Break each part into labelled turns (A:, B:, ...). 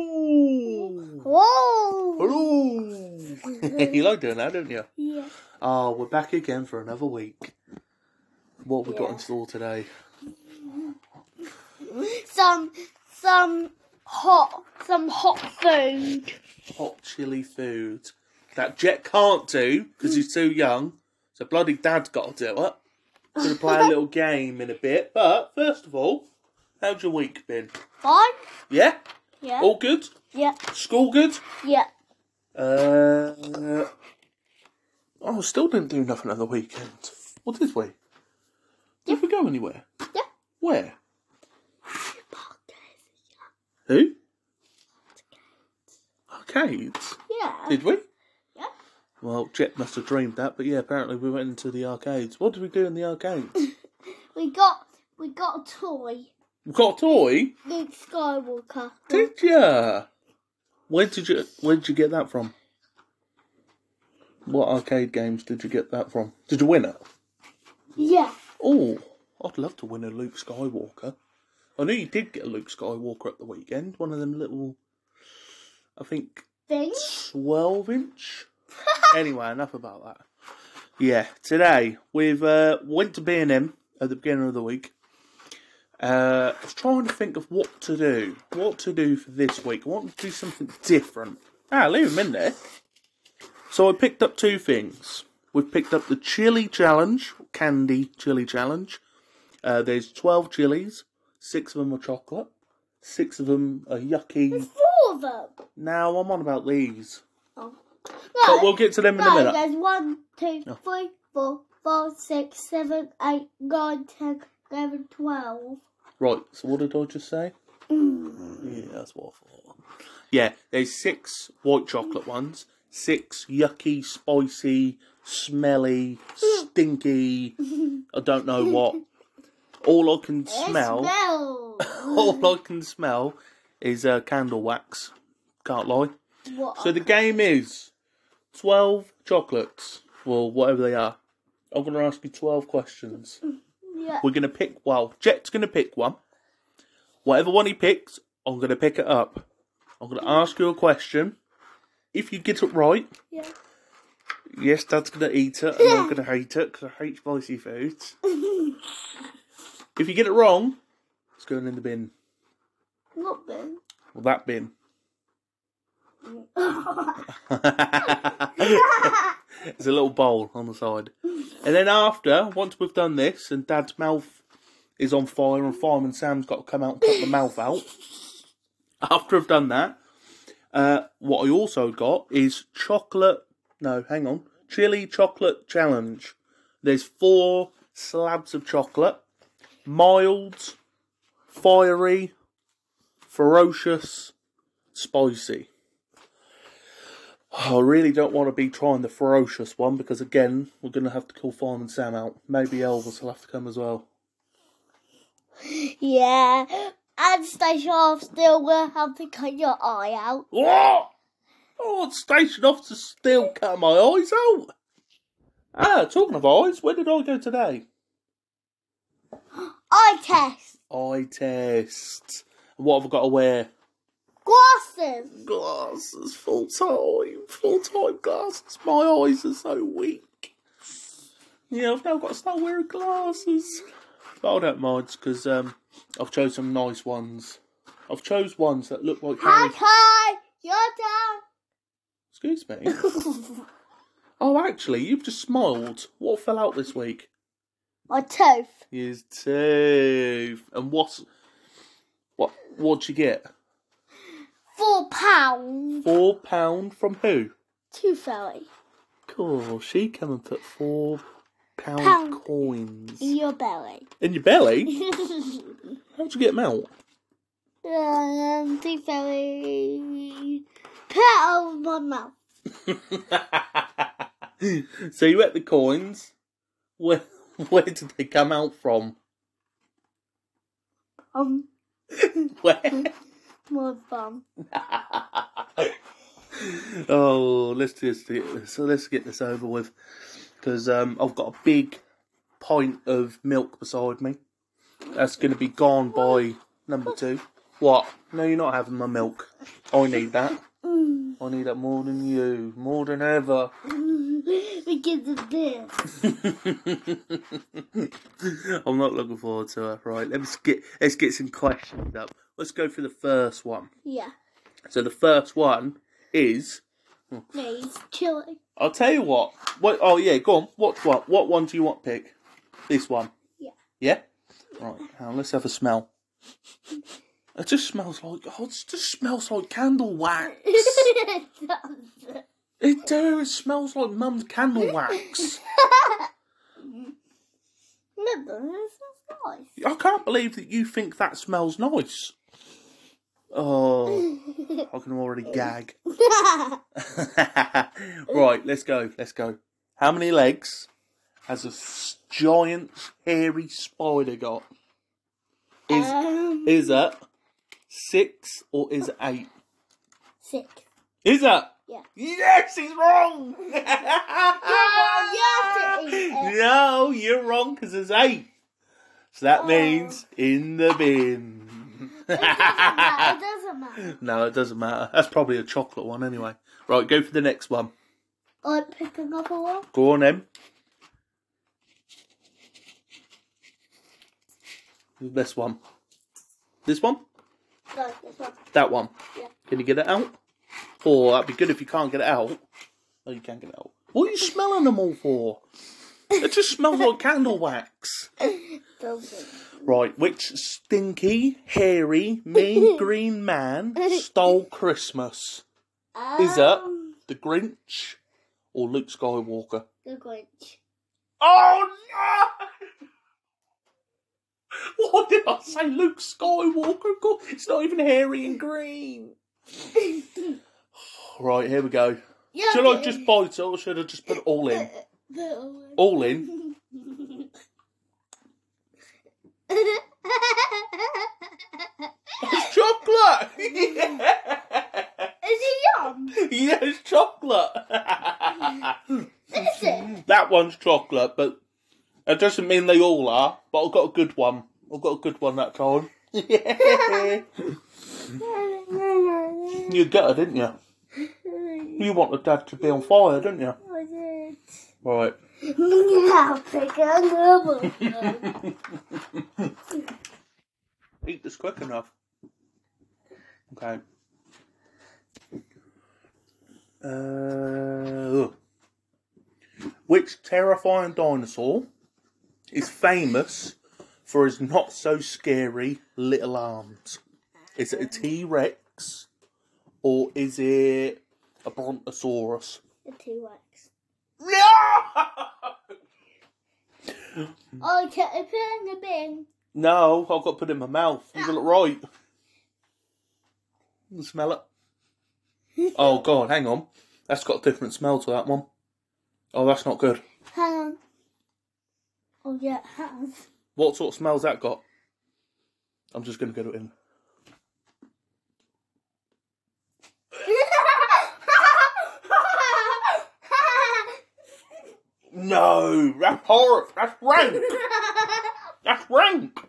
A: Hello!
B: Whoa!
A: Hello! you like doing that, don't you?
B: Yeah.
A: Ah, we're back again for another week. What we got
B: Yeah.
A: in store today?
B: Some some hot some hot food.
A: Hot chili food. That Jet can't do because he's too young. So bloody dad's got to do it. We're going to play a little game in a bit. But first of all, how's your week been?
B: Fun?
A: Yeah?
B: Yeah.
A: All good?
B: Yeah.
A: School good?
B: Yeah.
A: Uh, oh, still didn't do nothing on the weekend. Or did we? Did we go anywhere?
B: Yeah.
A: Where? Who? Arcades.
B: Yeah.
A: Did we?
B: Yeah.
A: Well, Jet must have dreamed that, but yeah, apparently we went into the arcades. What did we do in the arcades?
B: We got we got a toy.
A: we got a toy.
B: Luke Skywalker.
A: Did ya? Where did you Where did you get that from? What arcade games did you get that from? Did you win it?
B: Yeah.
A: Oh, I'd love to win a Luke Skywalker. I know you did get a Luke Skywalker at the weekend. One of them little, I think,
B: Thing.
A: 12 inch. anyway, enough about that. Yeah, today we've uh, went to B&M at the beginning of the week. Uh, I was trying to think of what to do. What to do for this week. I want to do something different. Ah, leave them in there. So I picked up two things. We've picked up the chili challenge, candy chili challenge. Uh, there's 12 chilies. Six of them are chocolate. Six of them are yucky.
B: Four of them.
A: Now I'm on about these.
B: Oh.
A: But we'll get to them in a
B: no,
A: minute.
B: there's one, two,
A: Oh.
B: three, four, five, six, seven, eight, nine, ten, eleven, twelve.
A: Right, so what did I just say?
B: Mm.
A: Yeah, that's what I thought. Yeah, there's six white chocolate ones, six yucky, spicy, smelly,
B: Mm.
A: stinky, I don't know what. All I can
B: It
A: smell,
B: smells.
A: all I can smell is uh, candle wax. Can't lie.
B: what?
A: So the game is 12 chocolates, or whatever they are. I'm going to ask you 12 questions.
B: yeah.
A: We're gonna pick. Well, Jet's gonna pick one. Whatever one he picks, I'm gonna pick it up. I'm gonna ask you a question. If you get it right,
B: yeah.
A: yes, Dad's gonna eat it, and I'm gonna hate it because I hate spicy foods. if you get it wrong, it's going in the bin.
B: What then?
A: Well, that bin. There's a little bowl on the side. And then after, once we've done this, and Dad's mouth is on fire, and Fireman Sam's got to come out and cut the mouth out. After I've done that, uh, what I also got is chocolate. No, hang on. Chili chocolate challenge. There's four slabs of chocolate mild, fiery, ferocious, spicy. I really don't want to be trying the ferocious one because again we're going to have to call Fireman Sam out. Maybe Elvis will have to come as well.
B: yeah. And station half still will have to cut your eye out.
A: What? Oh, station officers still cut my eyes out. Ah, talking of eyes, where did I go today?
B: Eye test.
A: Eye test. What have I got to wear?
B: Glasses.
A: Glasses, full time, full time glasses. My eyes are so weak. Yeah, I've now got to start wearing glasses. But I don't mind because um, I've chose some nice ones. I've chose ones that look like Harry.
B: Okay. You're
A: Excuse me.
B: down.
A: Oh, actually, you've just smiled. What fell out this week?
B: My tooth.
A: His tooth. And what's what? What'd you get?
B: Four pounds.
A: Four pound from who?
B: Two fairy.
A: Cool. She come and put four pound,
B: Pound.
A: coins
B: In your belly.
A: in your belly. How'd you get them out?
B: um, two fairy. Put it over my mouth.
A: so you ate the coins. Where where did they come out from?
B: Um,
A: Where?
B: my bum.
A: oh, let's just do this. so let's get this over with because um, I've got a big pint of milk beside me. That's going to be gone by number two. What? No, you're not having my milk. I need that.
B: Mm.
A: I need that more than you, more than ever.
B: because of this.
A: I'm not looking forward to it. Right, let's get let's get some questions up. Let's go for the first one.
B: Yeah.
A: So the first one is
B: No, he's chilling.
A: I'll tell you what. What? Oh yeah, go on. What? What? What one do you want? Pick this one.
B: Yeah.
A: Yeah. Right. Now let's have a smell. It just smells like oh, it just smells like candle wax. It do. It smells like mum's candle wax.
B: No, but this is nice.
A: I can't believe that you think that smells nice. Oh, I can already gag. right, let's go. Let's go. How many legs has a s- giant hairy spider got? Is
B: um,
A: is it six or is it eight?
B: six.
A: Is it?
B: Yeah.
A: Yes, he's wrong.
B: yes, it is.
A: no, you're wrong because it's eight. So
B: Oh.
A: that means in the bin.
B: It doesn't matter. It doesn't matter.
A: no, it doesn't matter. That's probably a chocolate one anyway. Right, go for the next one.
B: Like Oh, picking up a one.
A: Go on, Em. This one. This one?
B: No, this one.
A: That one.
B: Yeah.
A: Can you get it out? Or that'd be good if you can't get it out. Oh, you can't get it out. What are you smelling them all for? It just smells like candle wax.
B: Building.
A: Right, which stinky, hairy, mean green man stole Christmas? Is that-
B: Um,
A: The Grinch or Luke Skywalker?
B: The Grinch.
A: Oh no! Why did I say Luke Skywalker? Of course, It's not even hairy and green. Right, here we go.
B: Yeah,
A: Should I
B: but-
A: just bite it or should I just put it all in? Oh.
B: The-
A: All in? It's chocolate! yeah.
B: Is it yum?
A: yeah, it's chocolate!
B: Is it?
A: that one's chocolate, but it doesn't mean they all are, but I've got a good one. I've got a good one that time. you got it, didn't you? You wanted Dad to be on fire, didn't you?
B: Was it?
A: Right.
B: Yeah, pick another one.
A: Eat this quick enough. Okay. Uh, which terrifying dinosaur is famous for his not so scary little arms? Is it a T Rex or is it a Brontosaurus?
B: The T-Rex.
A: No!
B: I kept it in the bin.
A: No, I've got to put it in my mouth. You got it right. You Smell it. Oh god, hang on. That's got a different smell to that one. Oh, that's not good.
B: Hang on. Oh yeah, it has.
A: What sort of smell's that got? I'm just gonna get it in. No, that's horrible. That's rank. that's rank.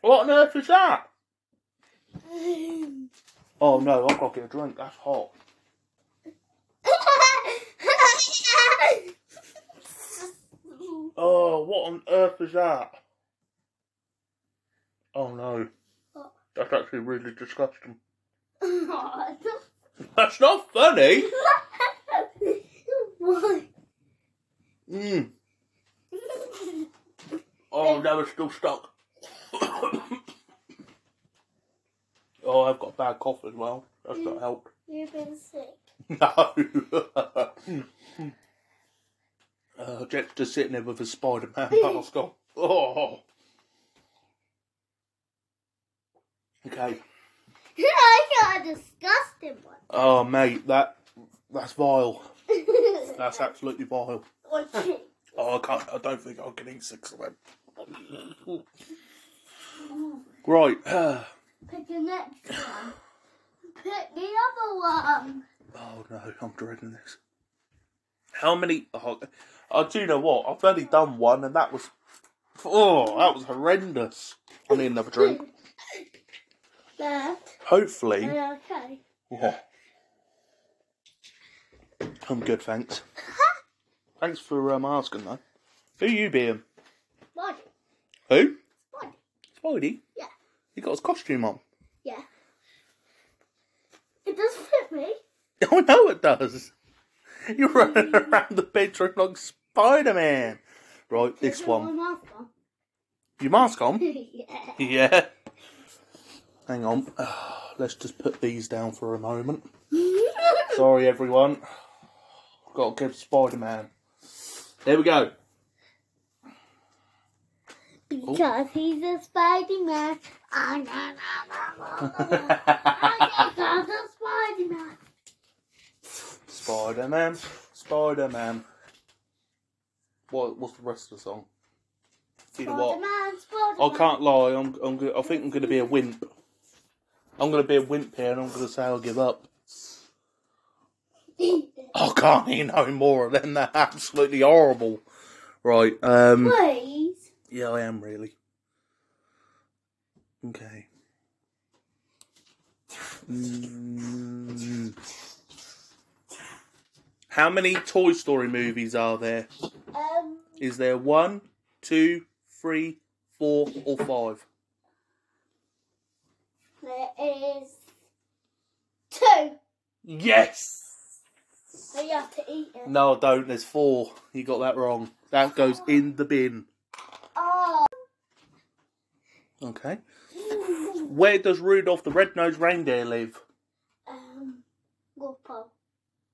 A: What on earth is that? Oh no, I've got to get a drink. That's hot. Oh, what on earth is that? Oh no, that's actually really disgusting. That's not funny. Mm. Oh, no, it's still stuck. oh, I've got a bad cough as well. That's not helped.
B: You've been sick.
A: No. uh, Jet's just sitting there with a Spider Man mask on. Oh. Okay.
B: I got a disgusting
A: Oh, mate, that that's vile.
B: one.
A: That's absolutely vile.
B: Okay.
A: Oh, I can't. I don't think I can eat six of them. Right. Oh,
B: Pick the next one. Pick the other one.
A: Oh no, I'm dreading this. How many? Oh, I do you know what? I've only done one, and that was oh, that was horrendous. I need another drink.
B: left.
A: Hopefully,
B: Are you okay?
A: Yeah. I'm good, thanks. thanks for um, asking, though. Who you being?
B: Body.
A: Who?
B: Body.
A: Spidey.
B: Yeah.
A: He got his costume on.
B: Yeah. It does fit me.
A: I know Oh, it does. You're running around the bedroom like Spider Man. Right, this
B: Is it
A: one.
B: my mask on?
A: Your mask on?
B: yeah.
A: yeah. Hang on. Let's just put these down for a moment. Sorry, everyone. Got to give Spider Man. There we go.
B: because he's a Spider Man. I'm a Spider Man.
A: Spider Man, Spider Man. What? What's the rest of the song? See the
B: Spider
A: what?
B: Man, Spider Man.
A: I can't lie. I'm. I'm. Go- I think I'm going to be a wimp. I'm going to be a wimp here, and I'm going to say I'll give up. I can't hear no more of them. They're absolutely horrible. Right. Um.
B: Please.
A: Yeah, I am really. Okay. Mm. How many Toy Story movies are there?
B: Um,
A: Is there one, two, three, four, or five?
B: there is two.
A: Yes.
B: So you have to eat it.
A: No, I don't. There's four. You got that wrong. That goes in the bin.
B: Oh.
A: Okay. Where does Rudolph the Red-Nosed Reindeer live?
B: Um, Gopal.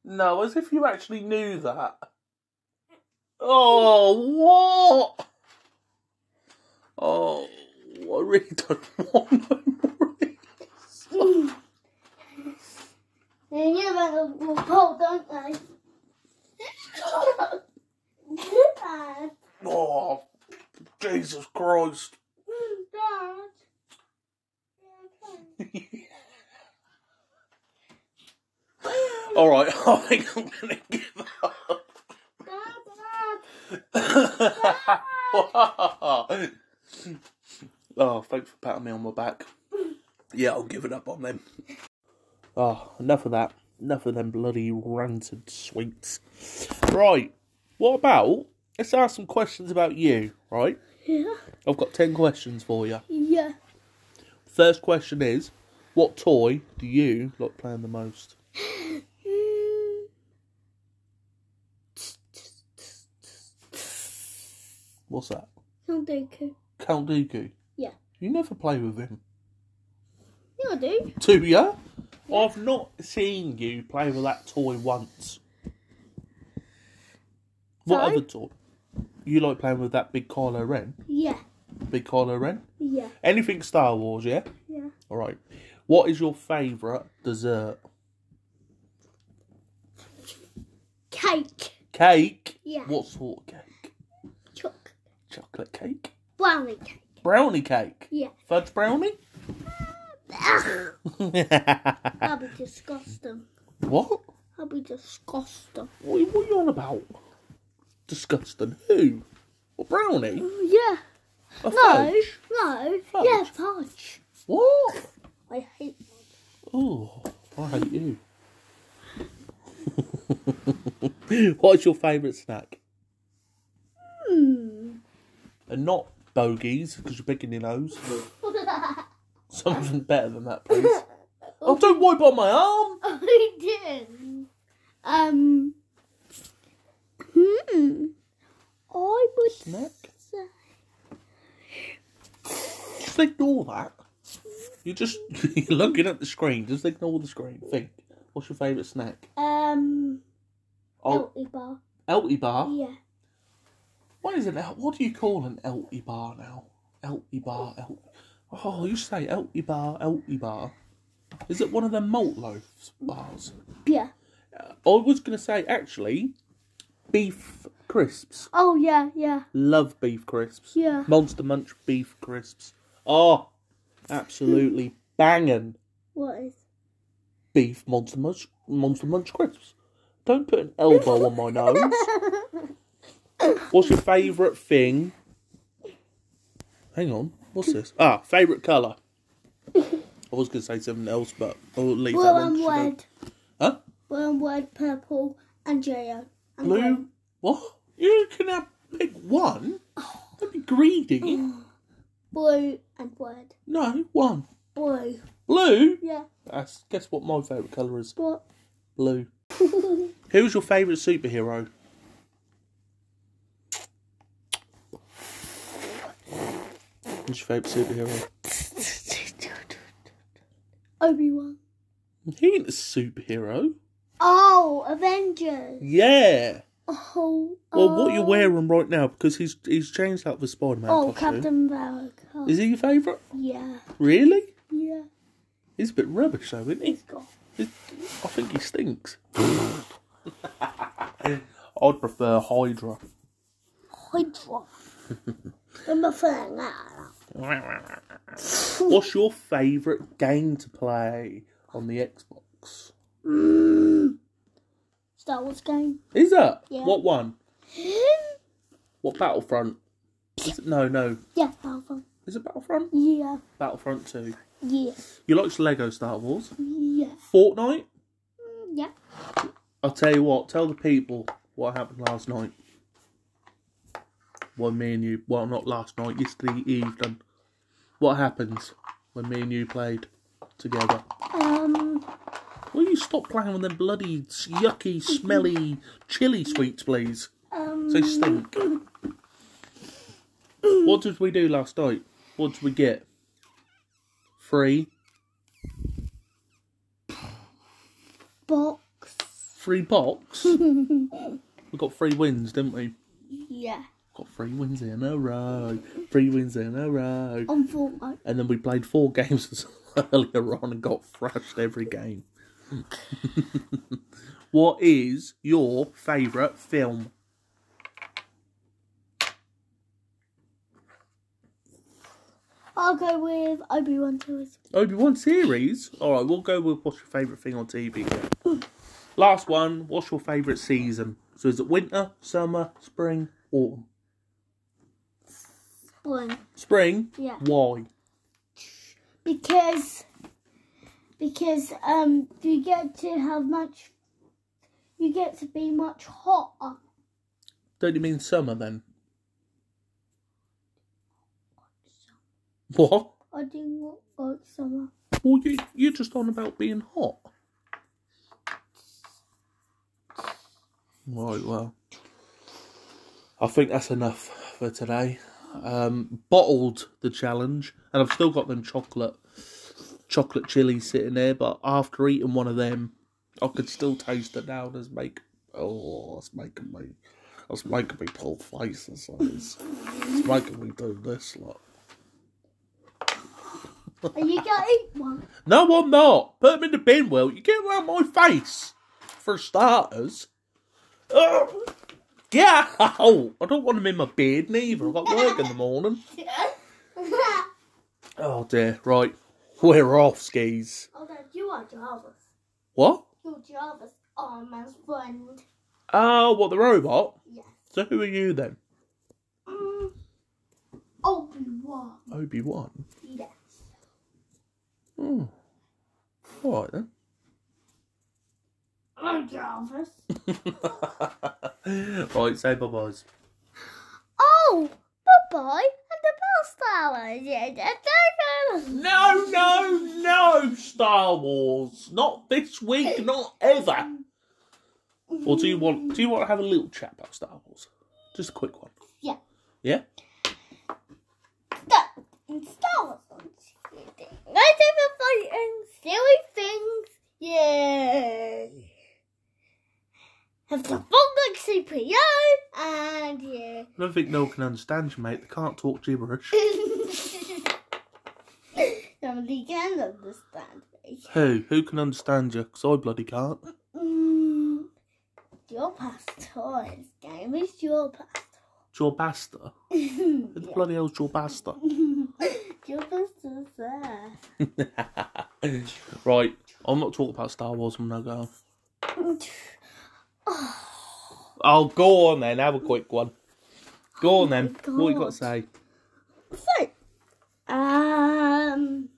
A: No, as if you actually knew that. Oh, what? Oh, I really don't want no more. of it.
B: They live in a Gopal, don't they? Dad.
A: Oh, Jesus Christ.
B: Dad.
A: All right, I think I'm going to give up.
B: Dad,
A: oh, thanks Oh, for patting me on my back. Yeah, I'll give it up on them. Oh, enough of that. Enough of them bloody ranted sweets. Right, what about? Let's ask some questions about you, right?
B: Yeah.
A: I've got 10 questions for you.
B: Yeah.
A: First question is What toy do you like playing the most?
B: Mm,
A: What's that?
B: Count Dooku.
A: Count Dooku.
B: Yeah.
A: You never play with him.
B: Yeah, I do.
A: Do you? I've not seen you play with that toy once. What
B: Sorry?
A: other toy? You like playing with that big Kylo Ren?
B: Yeah.
A: Big Kylo Ren?
B: Yeah.
A: Anything Star Wars, yeah?
B: Yeah.
A: Alright. What is your favourite dessert?
B: Cake.
A: Cake?
B: Yeah.
A: What sort of cake?
B: Chocolate.
A: Chocolate cake?
B: Brownie cake.
A: Brownie cake?
B: Yeah.
A: Fudge brownie?
B: Ugh,
A: what?
B: That'd be disgusting. That'd be disgusting.
A: What are, what are you on about? Disgusting. Who? A brownie?
B: Yeah.
A: A
B: No.
A: fudge?
B: No.
A: Fudge.
B: Yeah, fudge.
A: What?
B: I hate
A: Oh, I hate you. What's your favourite snack?
B: Hmm.
A: And not bogies, because you're picking your nose. Something better than that, please. Oh, don't wipe on my arm!
B: I didn't. Um. Hmm. I would
A: Snack?
B: say.
A: Just ignore that. You're just you're looking at the screen. Just ignore the screen. Think. What's your favourite snack?
B: Um.
A: Oh,
B: Healthy bar.
A: Elty bar?
B: Yeah.
A: What is an el- What do you call an Elty bar now? Elty bar, Elty. Oh, you say Elty bar, Elty bar. Is it one of them malt loaf bars?
B: Yeah.
A: I was going to say, actually, beef crisps.
B: Oh yeah, yeah,
A: Love beef crisps.
B: yeah.
A: Monster Munch beef crisps. Oh, absolutely banging
B: What is?
A: beef Monster Munch, Monster Munch crisps. Don't put an elbow on my nose. What's your favourite thing? Hang on. What's this? Ah, favourite colour. I was going to say something else, but I'll leave
B: Blue
A: that one.
B: and
A: should I?
B: red.
A: Huh?
B: Blue and red, purple and yellow. And
A: Blue?
B: green.
A: What? You can have pick one? Don't be greedy.
B: Blue and red.
A: No, one.
B: Blue.
A: Blue?
B: Yeah.
A: That's, guess what my favourite colour is?
B: But
A: Blue. Who's your favourite superhero? Who's your favourite superhero?
B: Obi Wan.
A: He ain't a superhero.
B: Oh, Avengers.
A: Yeah.
B: Oh.
A: Well, what
B: oh.
A: you're wearing right now because he's he's changed up the Spider-Man
B: Oh,
A: costume.
B: Captain America.
A: Is he your favourite?
B: Yeah.
A: Really?
B: Yeah.
A: He's a bit rubbish though, isn't he?
B: He's got.
A: He's- I think he stinks. I'd prefer Hydra.
B: Hydra. I'm a fan. ah.
A: What's your favourite game to play on the Xbox?
B: Star Wars game.
A: Is that
B: Yeah.
A: what one? What Battlefront? Is it, no, no.
B: Yeah, Papa.
A: Is it Battlefront?
B: Yeah.
A: Battlefront Two.
B: Yeah.
A: You liked Lego Star Wars?
B: Yeah.
A: Fortnite?
B: Yeah.
A: I'll tell you what. Tell the people what happened last night. When me and you, well, not last night, yesterday evening. What happens when me and you played together?
B: Um.
A: Will you stop playing with them bloody yucky, smelly chili sweets, please?
B: Um.
A: They stink. What did we do last night? What did we get? Free,
B: Box.
A: free box. we got three wins, didn't we?
B: Yeah.
A: Got three wins in a row. Three wins in a row.
B: On Fortnite.
A: And then we played four games earlier on and got thrashed every game. what is your favourite film?
B: I'll go with Obi Wan Tours.
A: Obi Wan series. All right, we'll go with what's your favourite thing on TV. Last one. What's your favourite season? So is it winter, summer, spring, autumn?
B: Spring.
A: Spring.
B: Yeah.
A: Why?
B: Because. Because um, you get to have much. You get to be much hotter.
A: Don't you mean summer then? What?
B: I do not like summer.
A: Well, you you're just on about being hot. Right. Well, I think that's enough for today. Um, bottled the challenge, and I've still got them chocolate chocolate chilies sitting there. But after eating one of them, I could still taste it now. There's make oh, it's making me, it's making me pull faces. It's, it's making me do this lot.
B: Are you gonna eat one?
A: No, I'm not. Put them in the bin, Will. You get around my face. For starters. Ugh. Get out. I don't want them in my bed neither. I've got work in the morning. Oh dear. Right. We're off skis.
B: Although you are Jarvis.
A: What?
B: You're Jarvis, Iron Man's friend.
A: Oh, what, the robot?
B: Yes.
A: So who are you then?
B: Mm. Obi Wan.
A: Obi-Wan.
B: Yes.
A: Oh. Alright then.
B: I'm Jarvis.
A: right, say bye-byes.
B: Oh, bye bye. And the bell tower. Yeah, that's over.
A: No, no, no, Star Wars. Not this week, not ever. Or do you want do you want to have a little chat about Star Wars? Just a quick one.
B: Yeah.
A: Yeah?
B: That and Star Wars on TV. Let's have a fight and silly things. Yay. Have the fun like CPO. And yeah.
A: I don't think no one can understand you, mate. They can't talk gibberish.
B: Somebody can understand me.
A: Who? Who can understand you? 'Cause I bloody can't.
B: Mm, your pastor's game is your
A: Jawbasta. Who the
B: pastor.
A: bloody hell's Jawbasta?
B: your pastor's there.
A: right, I'm not talking about Star Wars when I go. Oh, go on then. Have a quick one. Go on then.
B: my
A: What you got to
B: God.
A: say?
B: So, um,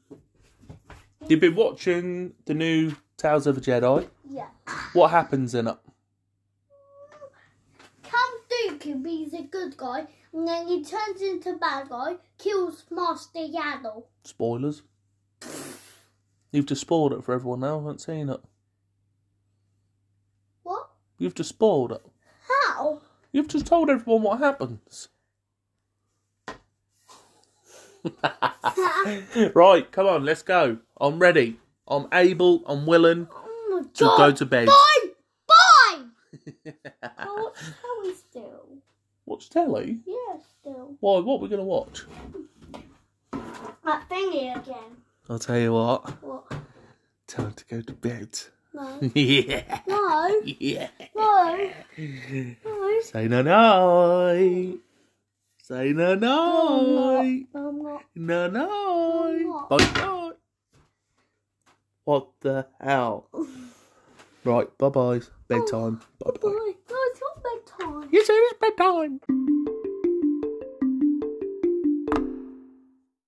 A: You've been watching the new Tales of a Jedi.
B: Yeah.
A: What happens in it?
B: Count Dooku he's a good guy, and then he turns into a bad guy, kills Master Yaddle.
A: Spoilers. You've just spoiled it for everyone now. I haven't seen it.
B: What?
A: You've just spoiled it.
B: How?
A: You've just told everyone what happens.
B: oh
A: Right, come on, let's go. I'm ready. I'm able. I'm willing
B: my
A: to
B: god.
A: go to bed.
B: Bye! Bye! Oh, what's how we still?
A: Watch telly.
B: Yeah, still.
A: Why? What are we gonna watch?
B: That thingy again.
A: I'll tell you what.
B: What?
A: Time to go to bed.
B: No.
A: yeah.
B: No.
A: Yeah.
B: No. No.
A: Say no night. Say no
B: No,
A: night.
B: I'm not. I'm not.
A: No no.
B: What?
A: Bye bye. What the hell? Right, bye bye. Bedtime. Bye bye.
B: No, it's not bedtime.
A: You said it's bedtime.